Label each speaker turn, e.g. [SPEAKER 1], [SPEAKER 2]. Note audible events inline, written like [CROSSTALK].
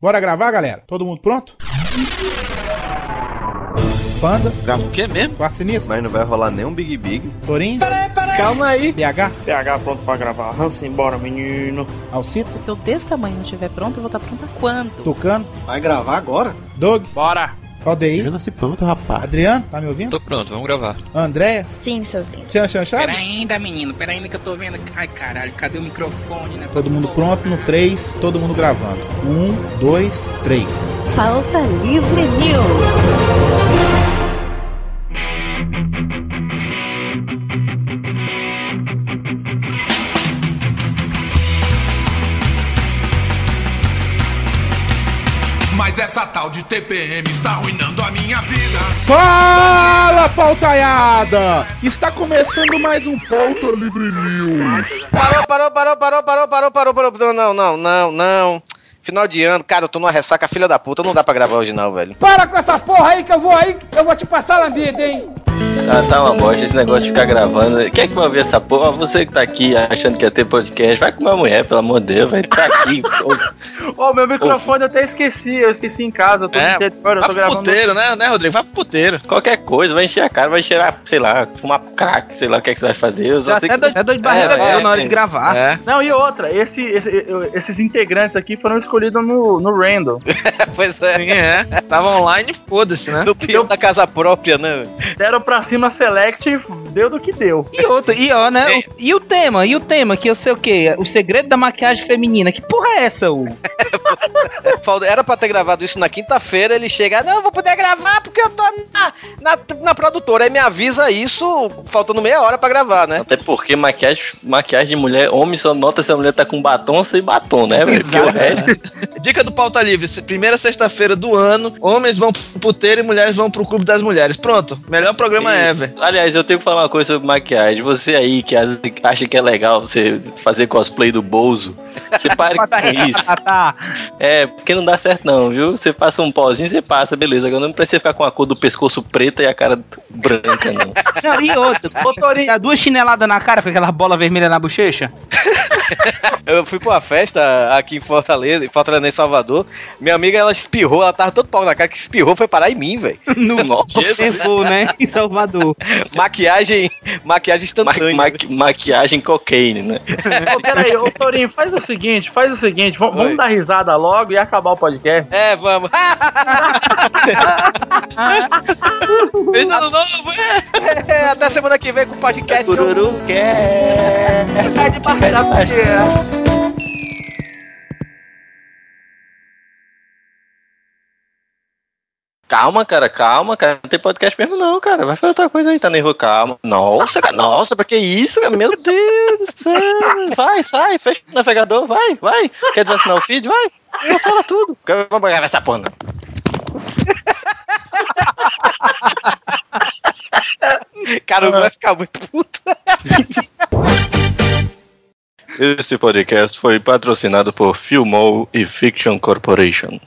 [SPEAKER 1] Bora gravar, galera? Todo mundo pronto? Panda,
[SPEAKER 2] Grava o quê mesmo?
[SPEAKER 1] Quarto Sinistro,
[SPEAKER 2] Mas não vai rolar nem um Big Big.
[SPEAKER 1] Torinho,
[SPEAKER 2] Calma aí.
[SPEAKER 1] PH,
[SPEAKER 3] PH pronto pra gravar. Hans, embora, menino.
[SPEAKER 1] Alcito,
[SPEAKER 4] Se eu desse tamanho não estiver pronto, eu vou estar pronta quando?
[SPEAKER 1] Tucano,
[SPEAKER 5] Vai gravar agora?
[SPEAKER 1] Doug,
[SPEAKER 3] Bora!
[SPEAKER 1] ODI,
[SPEAKER 6] Já nasci pronto, rapaz.
[SPEAKER 1] Adriano, tá me ouvindo?
[SPEAKER 7] Tô pronto, vamos gravar.
[SPEAKER 1] Andréia,
[SPEAKER 8] Sim, seus lindos.
[SPEAKER 1] Tchan Chan
[SPEAKER 9] Pera
[SPEAKER 1] Chaves.
[SPEAKER 9] ainda, menino, pera ainda que eu tô vendo. Ai, caralho, cadê o microfone nessa
[SPEAKER 1] Todo mundo
[SPEAKER 9] porra?
[SPEAKER 1] pronto no 3, todo mundo gravando. 1, 2, 3.
[SPEAKER 8] Falta Livre News.
[SPEAKER 10] Mas essa tal de TPM está tá arruinando a minha vida.
[SPEAKER 1] Fala, pautaiada! Está começando mais um Pauta Livre News.
[SPEAKER 5] Parou, parou, parou, parou, parou, parou, parou, parou. parou. Não, não, não, não. Final de ano, cara, eu tô numa ressaca, filha da puta. Não dá pra gravar hoje, não, velho.
[SPEAKER 11] Para com essa porra aí que eu vou aí, eu vou te passar lambida, hein?
[SPEAKER 7] Ah, tá uma bosta esse negócio de ficar gravando. Quem é que vai ver essa porra? Você que tá aqui achando que ia ter podcast, vai com uma mulher, pelo amor de
[SPEAKER 11] [LAUGHS]
[SPEAKER 7] Deus, velho. Tá aqui.
[SPEAKER 11] Ô, meu microfone eu até esqueci, eu esqueci em casa, eu tô
[SPEAKER 2] É,
[SPEAKER 11] no interior, eu
[SPEAKER 2] Vai
[SPEAKER 11] tô
[SPEAKER 2] pro
[SPEAKER 11] gravando.
[SPEAKER 2] puteiro, né, né, Rodrigo? Vai pro puteiro.
[SPEAKER 7] Qualquer coisa, vai encher a cara, vai cheirar, sei lá, fumar crack, sei lá o que é que você vai fazer. Eu
[SPEAKER 11] Já
[SPEAKER 7] só sei
[SPEAKER 11] até
[SPEAKER 7] que...
[SPEAKER 11] dois, até dois barriga
[SPEAKER 7] É,
[SPEAKER 11] deu
[SPEAKER 7] é,
[SPEAKER 11] na hora de
[SPEAKER 7] é.
[SPEAKER 11] gravar.
[SPEAKER 2] É.
[SPEAKER 11] Não, e outra, esse, esse- eu- esses integrantes aqui foram escolhidos no, no random.
[SPEAKER 5] [LAUGHS] Pois é.
[SPEAKER 2] Ninguém é. Tava online, foda-se, né?
[SPEAKER 5] No peão da casa própria, né?
[SPEAKER 11] Deram Um pra cima select e deu do que deu. E outra, e ó, né? E o tema, e o tema, que eu sei o quê? O segredo da maquiagem feminina. Que porra é essa, Hugo?
[SPEAKER 5] Falta- Era pra ter gravado isso na quinta-feira, ele chega, não, eu vou poder gravar porque eu tô na, na, na produtora. Aí me avisa isso, faltando meia hora pra gravar, né?
[SPEAKER 7] Até porque maquiagem, maquiagem de mulher, homem só nota se a mulher tá com batom sem batom, né, velho? Porque o resto.
[SPEAKER 2] Dica do pauta livre: se- primeira sexta-feira do ano, homens vão pro puteiro e mulheres vão pro clube das mulheres. Pronto, melhor programa
[SPEAKER 5] é,
[SPEAKER 7] Isso.
[SPEAKER 2] ever.
[SPEAKER 7] Aliás, eu tenho que falar uma coisa sobre maquiagem. Você aí que as- acha que é legal você fazer cosplay do Bozo, você pare
[SPEAKER 11] [LAUGHS]
[SPEAKER 7] com isso.
[SPEAKER 11] Ah, tá.
[SPEAKER 7] É, porque não dá certo não, viu? Você passa um pozinho, você passa, beleza. Agora não precisa ficar com a cor do pescoço preta e a cara branca, não.
[SPEAKER 11] Não, e outra, botou [LAUGHS] dá duas chineladas na cara com aquela bola vermelha na bochecha.
[SPEAKER 5] Eu fui pra uma festa aqui em Fortaleza, em Fortaleza, não, em Salvador. Minha amiga, ela espirrou, ela tava todo pau na cara que espirrou, foi parar em
[SPEAKER 2] [LAUGHS]
[SPEAKER 5] mim, velho.
[SPEAKER 11] [LAUGHS] No
[SPEAKER 7] Nossa.
[SPEAKER 11] Jesus, né? Em Salvador.
[SPEAKER 5] Maquiagem, maquiagem
[SPEAKER 7] Ma-
[SPEAKER 5] instantânea.
[SPEAKER 7] maqui- maquiagem cocaine, né?
[SPEAKER 11] Ô, peraí, ô Torinho, faz o seguinte, faz o seguinte, vamos, vamos
[SPEAKER 5] Oi.
[SPEAKER 11] dar risada logo e acabar o podcast.
[SPEAKER 2] [LAUGHS]
[SPEAKER 5] É, vamos.
[SPEAKER 2] Feliz ano novo, é.
[SPEAKER 5] É, até semana que vem com o podcast.
[SPEAKER 7] quer.
[SPEAKER 11] Sai de barreira, barreira.
[SPEAKER 7] Calma, cara, calma, cara. Não tem podcast mesmo, não, cara. Vai fazer outra coisa aí, tá nervoso. Calma. Nossa, cara, nossa, pra que isso, cara? Meu Deus do céu. [LAUGHS] Vai, sai, fecha o navegador, vai, vai. Quer desassinar o feed? Vai. Cancela tudo. Vamos gravar essa porra, não.
[SPEAKER 5] Cara, vai ficar muito puto.
[SPEAKER 7] Este podcast foi patrocinado por Filmou e Fiction Corporation.